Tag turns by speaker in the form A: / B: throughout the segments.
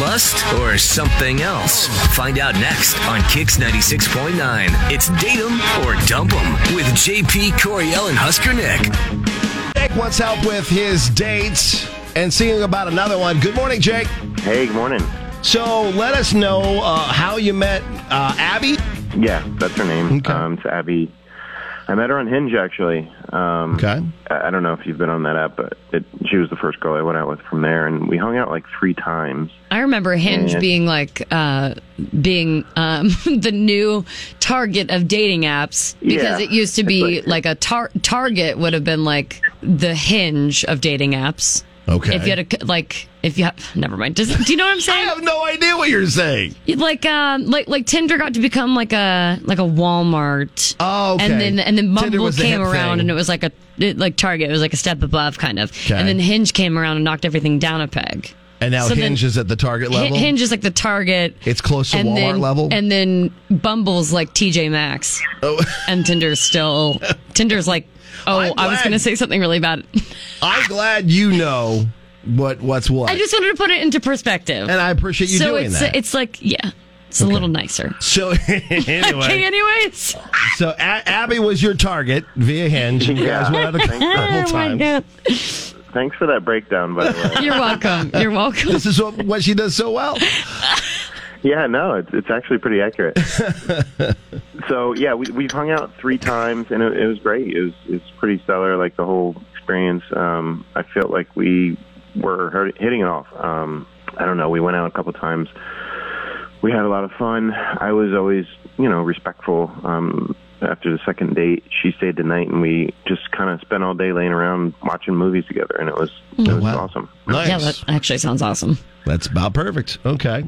A: lust or something else? Find out next on Kix 96.9. It's Date 'em or Dump 'em with JP Coriel and Husker Nick.
B: Jake wants help with his dates and seeing about another one. Good morning, Jake.
C: Hey, good morning.
B: So let us know uh, how you met uh, Abby.
C: Yeah, that's her name.
B: Okay.
C: Um, it's Abby. I met her on Hinge actually. Um,
B: Okay.
C: I I don't know if you've been on that app, but it, she was the first girl I went out with from there, and we hung out like three times.
D: I remember Hinge
C: Yeah.
D: being like uh, being um, the new target of dating apps because
C: Yeah.
D: it used to
C: It's
D: be
C: like-
D: like, a tar- Target would have been like the Hinge of dating apps.
B: Okay.
D: If you had a like, if you ha- never mind. Does, do you know what I'm
B: I
D: saying?
B: have no idea what you're saying.
D: like um like like Tinder got to become like a like a Walmart.
B: Oh, okay.
D: And then and then
B: Tinder
D: Bumble
B: was the
D: came
B: hip
D: around
B: thing.
D: and it was like a it, like Target it was like a step above kind of.
B: Okay.
D: And then Hinge came around and knocked everything down a peg.
B: And now
D: So then-
B: Hinge is at the target
D: Hi-
B: level.
D: Hinge is like the Target.
B: It's close to Walmart
D: then,
B: level?
D: And then Bumble's like TJ Maxx.
B: Oh.
D: And Tinder's still Tinder's like oh
B: I'm
D: I was
B: glad-
D: going to say something really bad.
B: I'm glad you know what what's what.
D: I just wanted to put it into perspective.
B: and I appreciate you
D: so
B: doing
D: it's
B: that.
D: it's like yeah. It's a little nicer.
B: so
D: Okay,
B: anyway,
D: anyways.
B: so A- Abby was your target via Hinge. and You guys
C: Yeah.
B: went out a couple
D: Oh my
B: times.
D: god.
C: Thanks for that breakdown, by the way.
D: You're welcome. You're welcome.
B: This is what, what she does so well.
C: yeah, no, it's, it's actually pretty accurate. so yeah, we, we've hung out three times, and it, it was great. It was it's pretty stellar. Like the whole experience, um, I felt like we were hurt- hitting it off. Um, I don't know. We went out a couple times. we had a lot of fun. I was always, you know, respectful. Um, after the second date, she stayed the night, and we just kind of spent all day laying around watching movies together, and it was it was
B: Wow.
C: awesome.
B: Nice.
D: Yeah, that actually sounds awesome.
B: That's about perfect. Okay.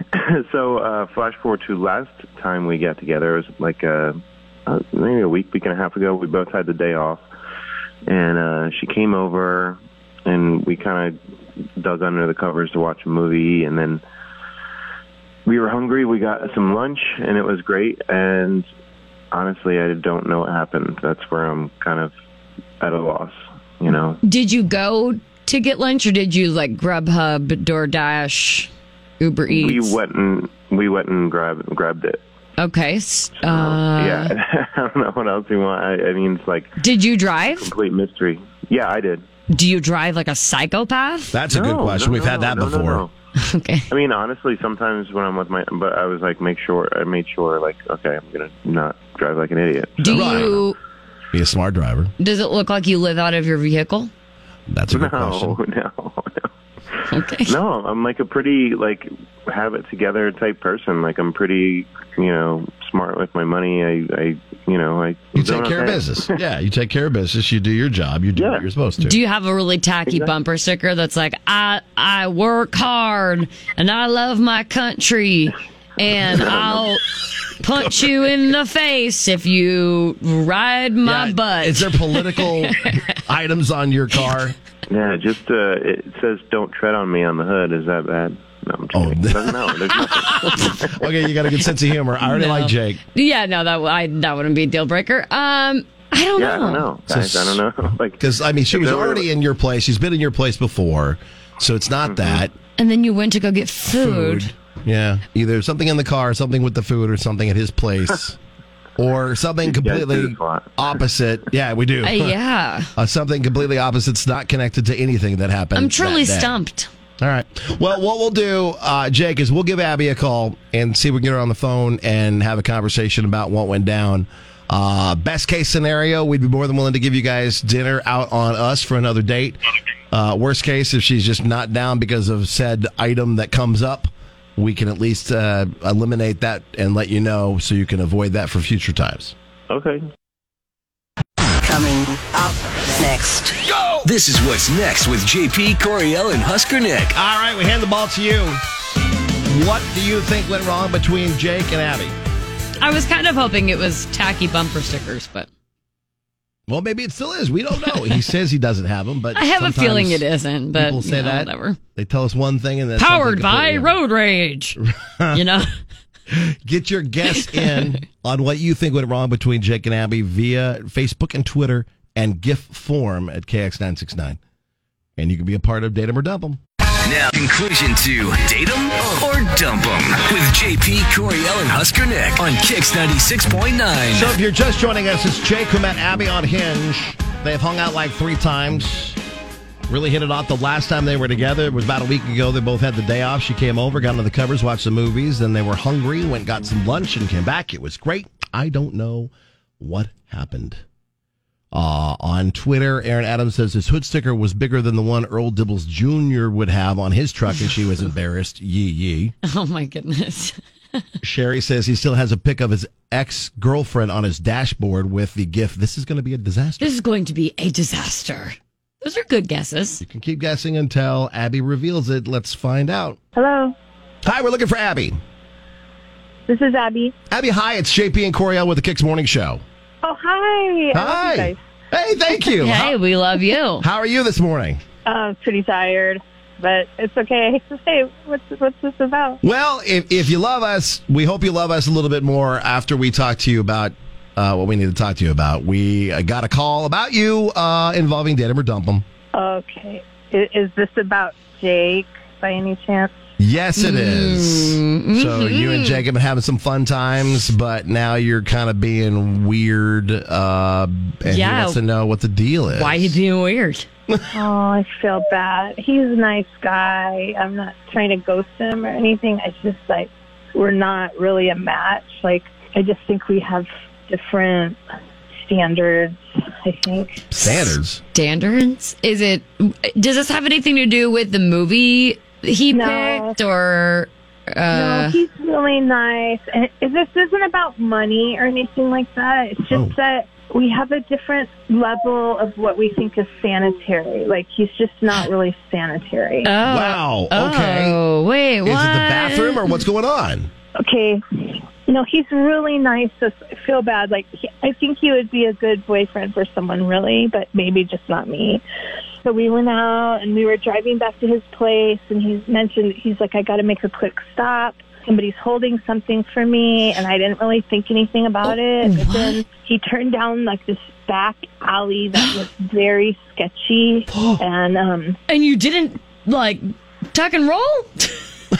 C: so, uh, flash forward to last time we got together, it was like uh uh, maybe a week, week and a half ago. We both had the day off, and uh, she came over, and we kind of dug under the covers to watch a movie, and then we were hungry. We got some lunch, and it was great. And honestly, I don't know what happened. That's where I'm kind of at a loss, you know.
D: Did you go to get lunch or did you like Grubhub, DoorDash, Uber Eats?
C: We went and we went and grabbed grabbed it.
D: Okay. s- Uh,
C: Oh, yeah, I don't know what else you want. I, I mean, it's like
D: Did you drive?
C: complete mystery. Yeah, I did.
D: Do you drive like a psychopath?
B: That's a good
C: No,
B: question.
C: no,
B: We've
C: no,
B: had that
C: no, no,
B: before.
C: no.
D: Okay.
C: I mean, honestly, sometimes when I'm with my, but I was like, make sure I made sure, like, okay, I'm gonna not drive like an idiot.
D: Do
B: Right.
D: you?
B: Be a smart driver.
D: Does it look like you live out of your vehicle?
B: That's a good
C: No,
B: question.
C: no, no.
D: Okay.
C: No, I'm like a pretty like have it together type person. Like I'm pretty, you know, smart with my money. I, I you know, I
B: You
C: I'm
B: take
C: doing
B: care of
C: okay.
B: business. Yeah, you take care of business. You do your job. You do
C: Yeah.
B: what you're supposed to.
D: Do you have a really tacky bumper sticker that's like I I work hard and I love my country and I'll punch you in the face if you ride my
B: Yeah,
D: butt.
B: Is there political items on your car?
C: Yeah, just uh, it says "Don't tread on me" on the hood. Is that bad? No, I'm
B: Oh,
C: kidding.
B: no.
C: no, there's nothing.
B: Okay, you got a good sense of humor. I already
D: No.
B: like Jake.
D: Yeah, no, that I that wouldn't be a deal breaker. Um, I don't
C: Yeah, I
D: know.
C: don't know,
B: So
C: guys. I don't know. Like,
B: Because, I mean, she
C: if
B: was
C: there were-
B: already in your place. She's been in your place before. So it's
C: Mm-hmm.
B: not that.
D: And then you went to go get food.
B: Yeah. Either something in the car, something with the food, or something at his place. Or something
C: You guys do
B: completely
C: this a lot.
B: opposite. Yeah, we do.
D: Uh, yeah,
B: Uh, something completely opposite. It's not connected to anything that happened.
D: I'm truly
B: that day.
D: stumped.
B: All right. Well, what we'll do, uh, Jake, is we'll give Abby a call and see if we can get her on the phone and have a conversation about what went down. Uh, best case scenario, we'd be more than willing to give you guys dinner out on us for another date. Uh, worst case, if she's just not down because of said item that comes up, we can at least uh, eliminate that and let you know so you can avoid that for future times.
C: okay,
E: Coming up next.
A: This is what's next with JP Coriel and Husker Nick.
B: All right, we hand the ball to you. What do you think went wrong between Jake and Abby?
D: I was kind of hoping it was tacky bumper stickers, but
B: Well, maybe it still is. We don't know. He says he doesn't have them, but
D: I have a
B: sometimes
D: feeling it isn't. But
B: people say
D: you know,
B: that.
D: whatever.
B: They tell us one thing and then something
D: Powered by
B: completely different.
D: road rage. you know,
B: Get your guess in on what you think went wrong between Jake and Abby via Facebook and Twitter and GIF form at KX nine six nine, and you can be a part of Date 'em or Dump 'em.
A: Now, conclusion to date 'em or dump 'em with JP Coriel and Husker Nick on Kix 96.9.
B: So if you're just joining us, it's Jake who met Abby on Hinge. They've hung out like three times. Really hit it off the last time they were together. It was about a week ago. They both had the day off. She came over, got under the covers, watched the movies. Then they were hungry, went, got some lunch, and came back. It was great. I don't know what happened. Uh, on Twitter, Aaron Adams says his hood sticker was bigger than the one Earl Dibbles Jr. would have on his truck, and she was embarrassed. Yee yee.
D: Oh my goodness.
B: Sherry says he still has a pic of his ex girlfriend on his dashboard with the gif. This is going to be a disaster.
D: This is going to be a disaster. Those are good guesses.
B: You can keep guessing until Abby reveals it. Let's find out.
F: Hello,
B: Hi, we're looking for Abby.
F: this is Abby.
B: Abby, hi. It's JP and Coriel with the Kicks Morning Show.
F: Oh, hi. I love you
B: Hi.
F: guys.
B: Hey, thank you.
D: Hey,
B: How,
D: we love you.
B: how are you this morning?
F: I'm uh, pretty tired, but it's okay. Hey, what's what's this about?
B: Well, if, if you love us, we hope you love us a little bit more after we talk to you about uh, what we need to talk to you about. We uh, got a call about you uh, involving Date 'em or Dump 'em.
F: Okay, is, is this about Jake by any chance?
B: Yes, it is.
D: Mm-hmm.
B: So you and Jacob been having some fun times, but now you're kind of being weird, uh, and he
D: Yeah.
B: wants to know what the deal is.
D: Why are you being weird?
F: Oh, I feel bad. He's a nice guy. I'm not trying to ghost him or anything. It's just like we're not really a match. Like I just think we have different standards. I think.
B: standards?
D: Standards? Is it? Does this have anything to do with the movie he
F: No.
D: picked or?
F: No,
D: Uh,
F: he's really nice. And it- this isn't about money or anything like that. It's just
B: Oh.
F: that we have a different level of what we think is sanitary. Like he's just not really sanitary.
D: oh,
B: Wow. Okay.
D: Oh, wait.
B: Is it the
D: What?
B: bathroom or what's going on?
F: okay, you know he's really nice. I feel bad. Like he, I think he would be a good boyfriend for someone really, but maybe just not me. So we went out and we were driving back to his place, and he mentioned he's like, I got to make a quick stop. Somebody's holding something for me, and I didn't really think anything about it. But then he turned down like this back alley that was very sketchy, and um,
D: And you didn't like tuck and roll?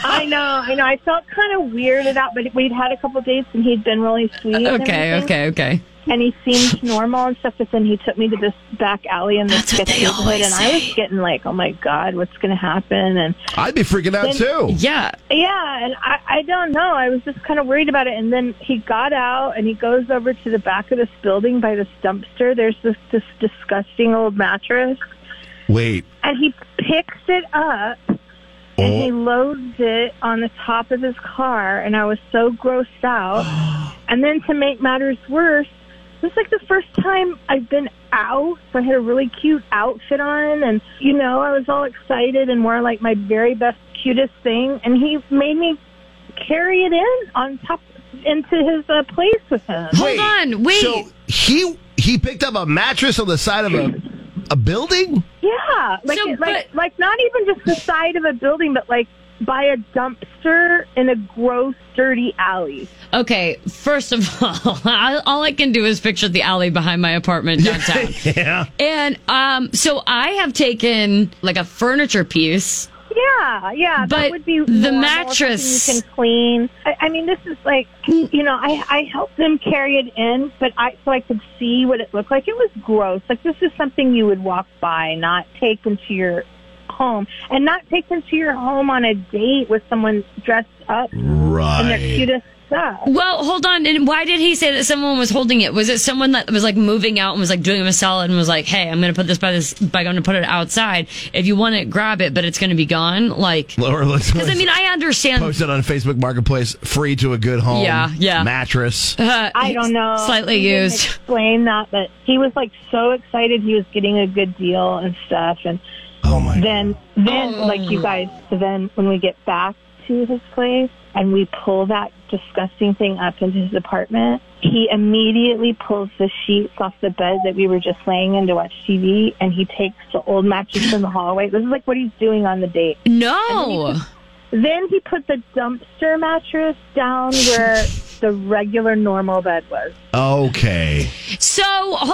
F: I know, I know. I felt kind of weirded out, but we'd had a couple dates and he'd been really sweet. and
D: okay. Okay.
F: everything,
D: Okay.
F: And he seemed normal and stuff, but then he took me to this back alley in this
D: That's what
F: sketchy
D: they
F: neighborhood,
D: always
F: and I was
D: say.
F: getting like, oh my god, what's going to happen? And
B: I'd be freaking out too.
D: Yeah.
F: yeah, and I, I don't know. I was just kind of worried about it. And then he got out and he goes over to the back of this building by this dumpster. There's this, this disgusting old mattress,
B: Wait.
F: and he picks it up and he
B: Oh.
F: loads it on the top of his car and i was so grossed out and then to make matters worse this is like the first time i've been out so i had a really cute outfit on and you know i was all excited and wore like my very best cutest thing and he made me carry it in on top into his uh, place with him
D: Hold on, wait.
B: So he he picked up a mattress on the side of a a building.
F: Yeah, like
D: So,
F: like
D: but-
F: like not even just the side of a building, but like by a dumpster in a gross, dirty alley.
D: Okay. First of all, I- all I can do is picture the alley behind my apartment downtown.
B: Yeah.
D: And um, so I have taken like a furniture piece.
F: Yeah, yeah,
D: But
F: that would be
D: the
F: normal, something
D: mattress-
F: you can clean. I, I mean, this is like you know, I I helped them carry it in, but I so I could see what it looked like. It was gross. Like this is something you would walk by, not take into your home, and not take into your home on a date with someone dressed up in their
B: Right.
F: cutest stuff.
D: Well, hold on. And why did he say that someone was holding it? Was it someone that was like moving out and was like doing him a solid and was like, "Hey, I'm going to put this by this, but I'm going to put it outside. If you want it, grab it, but it's going to be gone." Like,
B: Lower let's
D: because I mean, I understand.
B: posted on Facebook Marketplace, free to a good home.
D: Yeah, yeah.
B: Mattress.
D: uh,
F: I don't know.
D: Slightly
F: He didn't
D: used.
F: Explain that, but he was like so excited he was getting a good deal and stuff. And
B: Oh my.
F: then, then
D: Oh.
F: like you guys, so then when we get back to his place and we pull that disgusting thing up into his apartment, he immediately pulls the sheets off the bed that we were just laying in to watch TV, and he takes the old mattress in the hallway. This is like what he's doing on the date.
D: No.
F: Then he put the dumpster mattress down where the regular normal bed was.
B: Okay.
D: So, h-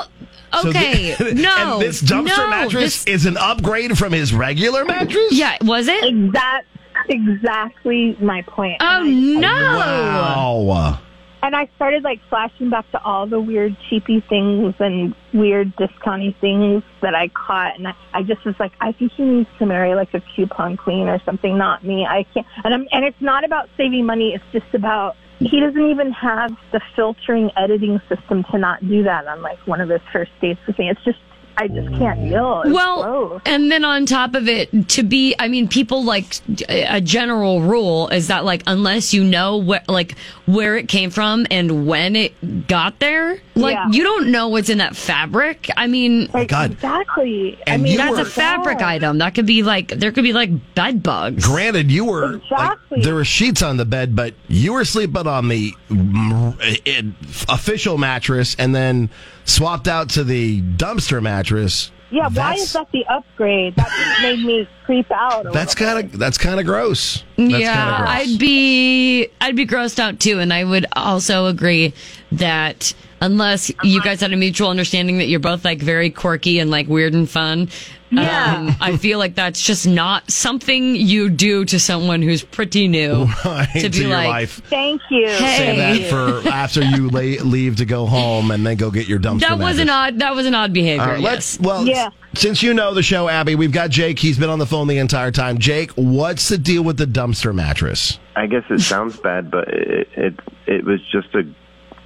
B: So
D: Okay,
B: thi-
D: no,
B: and this dumpster
D: no,
B: mattress
D: this-
B: is an upgrade from his regular mattress?
D: Yeah, was it?
F: That's exactly my point.
D: Oh
F: And I-
D: no!
B: Wow.
F: And I started like flashing back to all the weird cheapy things and weird discounty things that I caught, and I, I just was like, I think he needs to marry like a coupon queen or something, not me. I can't. And I'm, and it's not about saving money. It's just about he doesn't even have the filtering editing system to not do that on like one of his first dates with me. It's just I just can't deal. It's
D: Well,
F: gross.
D: and then on top of it, to be, I mean, people like a general rule is that like unless you know what like where it came from and when it got there, like
F: Yeah.
D: you don't know what's in that fabric. I mean,
F: Like,
B: God.
F: Exactly. I
B: And
F: mean,
B: you
D: that's
B: were-
D: a fabric item that could be like there could be like bed bugs.
B: Granted, you were like,
F: Exactly.
B: there were sheets on the bed, but you were sleeping on the mm, eh, official mattress, and then swapped out to the dumpster mattress.
F: Yeah, why
B: That's-
F: is that the upgrade? That just made me creep out. A
B: That's
F: little bit.
B: kind of that's kind of gross. That's
D: yeah,
B: kinda gross.
D: I'd be I'd be grossed out too, and I would also agree that unless you guys had a mutual understanding that you're both like very quirky and like weird and fun,
F: Yeah.
D: um, I feel like that's just not something you do to someone who's pretty new.
B: Right,
D: to be
B: your
D: like,
B: life.
F: Thank you.
D: Hey.
B: Say that for after you lay, leave to go home and then go get your dumpster.
D: That was
B: mattress.
D: an odd. That was an odd behavior.
B: All right, let's.
D: yes.
B: Well,
F: Yeah.
B: since you know the show, Abby, we've got Jake. He's been on the phone the entire time. Jake, what's the deal with the dumpster mattress?
C: I guess it sounds bad, but it it, it was just a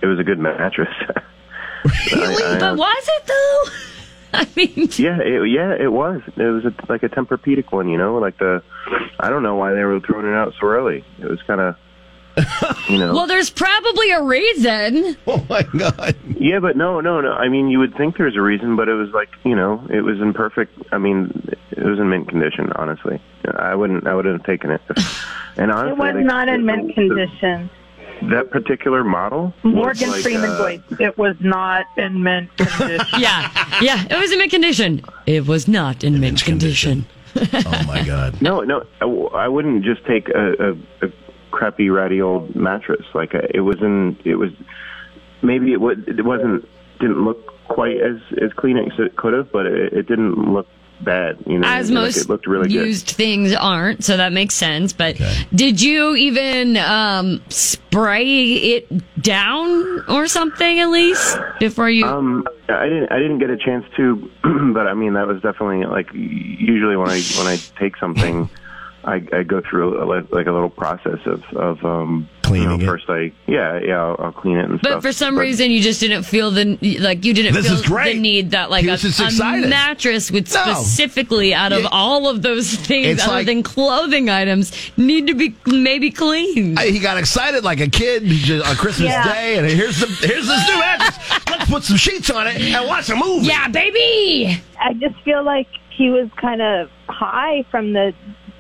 C: it was a good mattress.
D: Really?
C: I- I-
D: but was it though? I mean,
C: Yeah, it, yeah, it was. It was a, like a Tempur-Pedic one, you know, like the I don't know why they were throwing it out so early. It was kind of you know.
D: well, there's probably a reason.
B: Oh my god!
C: yeah, but no, no, no. I mean, you would think there's a reason, but it was like, you know, it was in perfect. I mean, it was in mint condition, honestly. I wouldn't I wouldn't have taken it. And honestly,
F: It was
C: like,
F: not in
C: the-
F: mint condition.
C: That particular model was
G: Morgan
C: like,
G: Freeman
C: uh,
G: voice. It was not in mint condition.
D: Yeah, yeah. It was in mint condition. It was not in, mint condition.
B: Oh my god!
C: No, no, I w- I wouldn't just take a, a, a crappy, ratty old mattress. Like uh it was in, it was maybe it, w- it wasn't didn't look quite as as clean as it could have, but it, it didn't look bad. You know,
D: as
C: Like,
D: most
C: it looked really good.
D: used things aren't, so that makes sense. But did you even um, spray it down or something at least before you?
C: Um, I didn't. I didn't get a chance to, but I mean, that was definitely like. Usually, when I when I take something, I, I go through a, li- like a little process of of um, You
B: Cleaning
C: know,
B: it.
C: First, I yeah yeah I'll, I'll clean it and
D: but
C: stuff.
D: for some reason, you just didn't feel the like you didn't
B: This
D: feel
B: is great.
D: the need that like
B: He
D: a,
B: was just
D: a
B: excited.
D: mattress would
B: No.
D: specifically out of
B: Yeah.
D: all of those things
B: It's
D: other
B: like-
D: than clothing items need to be maybe cleaned.
B: I- he got excited like a kid just on Christmas
F: Yeah.
B: Day, and here's the here's this new mattress. Let's put some sheets on it and watch a movie.
D: yeah, baby.
F: I just feel like he was kind of high from the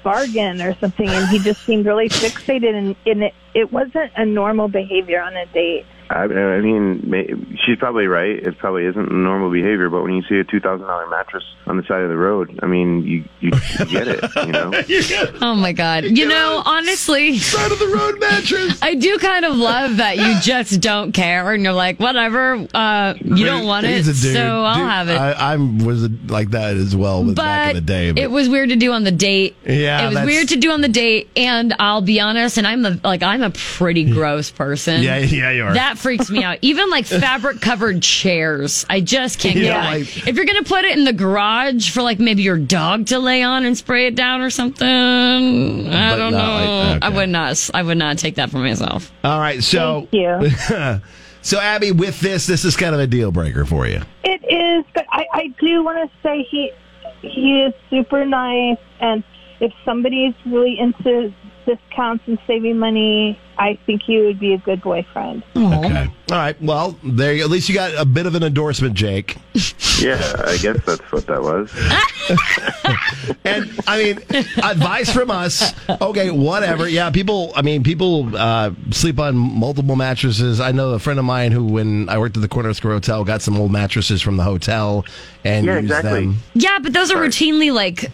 F: bargain or something, and he just seemed really fixated, and, and it, it wasn't a normal behavior on a date.
C: I, I mean, ma- she's probably right. It probably isn't normal behavior, but when you see a two thousand dollar mattress on the side of the road, I mean, you you, you get it, you know.
D: Oh my god. You know, honestly.
B: Side of the road mattress.
D: I do kind of love that you just don't care and you're like, whatever, uh, you don't want it,
B: He's a dude.
D: so I'll
B: Dude,
D: have it.
B: I, I was like that as well, but
D: but
B: back in the day. but-
D: it was weird to do on the date.
B: Yeah,
D: it was
B: that's-
D: weird to do on the date. And I'll be honest, and I'm a, like I'm a pretty gross person.
B: yeah, yeah, you are.
D: That freaks me out. Even like fabric covered chairs, I just can't
B: Yeah,
D: get it.
B: like-
D: if you're gonna put it in the garage for like maybe your dog to lay on and spray it down or something, I
B: But not
D: don't know.
B: like-
D: I
B: okay.
D: would not. I would not take that for myself.
B: All right, so
F: Thank you.
B: so Abby, with this, this is kind of a deal breaker for you.
F: It is, but I, I do want to say he he is super nice, and if somebody's really into discounts and saving money, I think he would be a good boyfriend.
B: Okay. All right. Well, there. You, at least you got a bit of an endorsement, Jake.
C: Yeah, I guess that's what that was.
B: And I mean, advice from us. Okay, whatever. Yeah, people. I mean, people uh, sleep on multiple mattresses. I know a friend of mine who, when I worked at the Corner Square Hotel, got some old mattresses from the hotel and
C: Yeah,
B: used
C: exactly.
B: them.
D: Yeah, but those are routinely like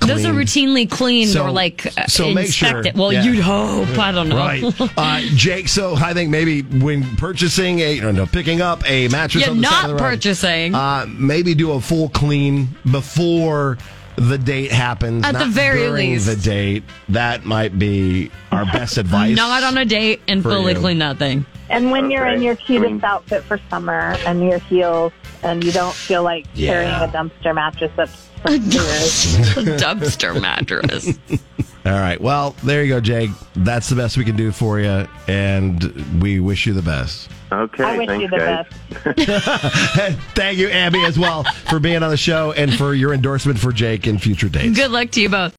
D: Those are
B: cleaned.
D: routinely cleaned
B: So-
D: or like uh,
B: so make sure,
D: inspected. Well,
B: yeah.
D: you'd hope. I don't know.
B: Right, uh, Jake. So I think maybe when purchasing a, no, no, picking up a mattress,
D: You're
B: on the side of
D: not
B: the road,
D: purchasing.
B: Uh, maybe do a full clean before the date happens.
D: At the
B: not
D: very
B: during
D: least.
B: the date. That might be our best advice.
D: not on a date and
B: for
D: fully
B: you.
D: clean nothing.
F: And when you're in
C: Okay.
F: your cutest
C: I mean-
F: outfit for summer and your heels, and you don't feel like
B: Yeah.
F: carrying a dumpster mattress up
D: A dumpster mattress.
B: All right. Well, there you go, Jake. That's the best we can do for you, and we wish you the best.
C: Okay,
F: I wish
C: thanks,
F: you the
C: guys.
F: best.
B: Thank you, Abby, as well for being on the show and for your endorsement for Jake in future dates.
D: Good luck to you both.